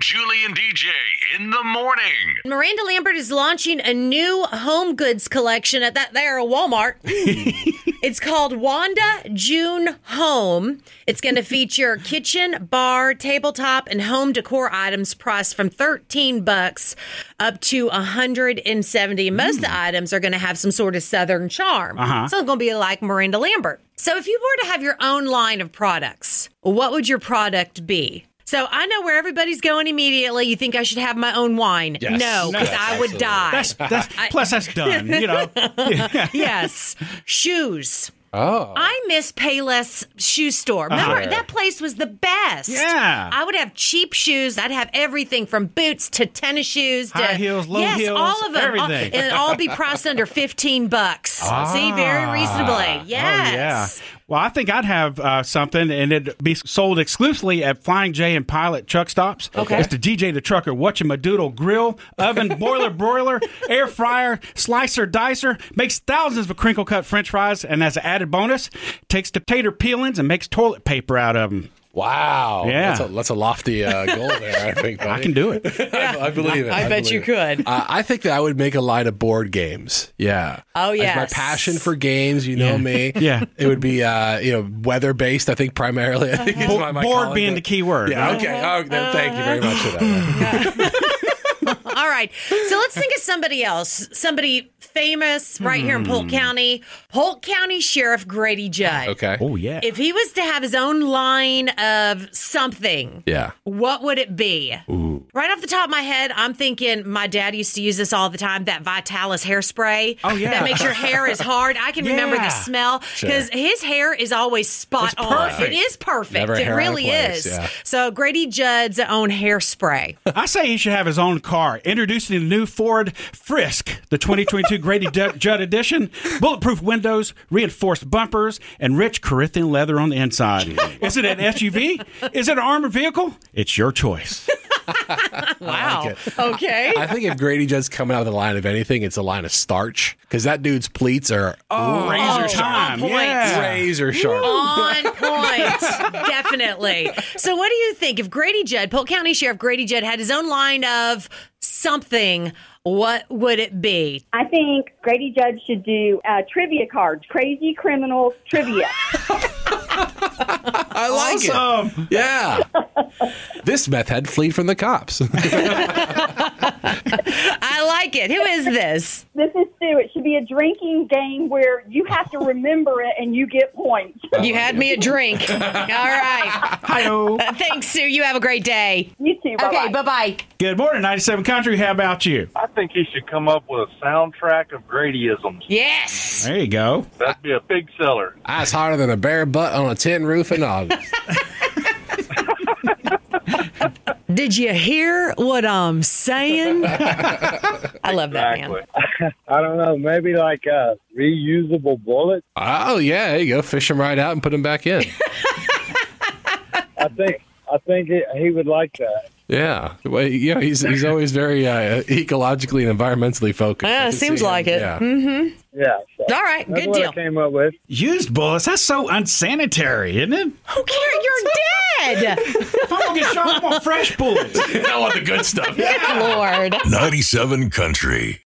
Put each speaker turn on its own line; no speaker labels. Julie and DJ in the morning.
Miranda Lambert is launching a new home goods collection at that there Walmart. it's called Wanda June Home. It's going to feature kitchen, bar, tabletop, and home decor items priced from 13 bucks up to 170. Most of the
Hmm.
items are going to have some sort of southern charm. Uh-huh. So it's going to be like Miranda Lambert. So if you were to have your own line of products, what would your product be? So I know where everybody's going immediately. You think I should have my own wine?
Yes.
No,
No,
because I would
absolutely.
die.
That's, that's plus that's done. You know,
yes. Shoes.
Oh.
I miss Payless Shoe Store. Remember, that place was the best.
Oh. Yeah.
I would have cheap shoes. I'd have everything from boots to tennis shoes to
High heels, low
yes,
heels,
all of them.
everything.
All, and all be priced under 15 bucks. See, very reasonably. Yes.
Oh, yeah. Well, I think I'd have uh, something, and it'd be sold exclusively at Flying J and Pilot truck stops.
Okay.
It's the DJ the Trucker, Watching My Doodle Grill, Oven, Boiler, Broiler, Air Fryer, Slicer, Dicer, makes thousands of crinkle cut french fries, and as an added bonus, takes the tater peelings and makes toilet paper out of them.
Wow.
Yeah.
That's a, that's a lofty uh, goal there, I think.
I can do it.
I, I believe it.
I bet
believe
you
it.
could.
Uh, I think that I would make a line of board games. Yeah.
Oh,
That's
yes.
my passion for games, you know me.
Yeah.
It would be, uh, you know, weather based, I think, primarily. I think is
Bo-
my- my
board
calling,
being
but-
the key word.
Yeah,
right?
okay. Oh, then thank you very much for that.
All right. So let's think of somebody else, somebody famous right here in
Hmm.
Polk County, Polk County Sheriff Grady Judd.
Okay.
Oh yeah.
If he was to have his own line of something,
Yeah.
what would it be? Right off the top of my head, I'm thinking my dad used to use this all the time that Vitalis hairspray.
Oh, yeah.
That makes your hair as hard. I can remember
Yeah.
the smell because his hair is always spot
It's
on.
perfect.
It is perfect.
Never
it
hair out of
really
place,
is.
yeah.
So, Grady Judd's own hairspray.
I say he should have his own car. Introducing the new Ford Frisk, the 2022 Grady D- Judd Edition. Bulletproof windows, reinforced bumpers, and rich Corinthian leather on the inside. Is it an SUV? Is it an armored vehicle? It's your choice.
Wow.
it.
Okay.
I think if Grady Judd's coming out of the line of anything, it's a line of starch because that dudede's pleats are
Razor time.
point.
Oh, Yeah.
razor sharp.
on point. Definitely. So, what do you think if Grady Judd, Polk County Sheriff Grady Judd, had his own line of something? What would it be?
I think Grady Judge should do uh, trivia cards, crazy criminals trivia.
I like
Awesome.
it. Yeah. this meth head fleed from the cops.
I like it. Who is this?
this is Sue. It should be a drinking game where you have to remember it and you get points.
You had me a drink. All right.
Hi-oh.
Thanks, Sue. You have a great day.
You too. Bye-bye.
Okay. Bye bye.
Good morning, 97 Country. How about you?
I think he should come up with a soundtrack of Gradyisms.
Yes.
There you go.
That'd be a big seller.
That's hotter than a bare butt on a tin roof in August.
Did you hear what I'm saying? I love that man.
I don't know. Maybe like a reusable bullet.
oh yeah, there you go. Fish them right out and put them back in.
I think I think it, he would like that.
Yeah, well, yeah. He's he's always very uh, ecologically and environmentally focused.
Yeah,
I can
seems
see him.
like it.
Yeah.
Yeah. So
All right.
that's
Good
what
deal.
I came up with.
Used bullets. That's so unsanitary, isn't it?
Who cares? Oh, You're dead.
If I'm going to get shot, I want fresh bullets.
I want the good stuff.
Lord.
97 Country.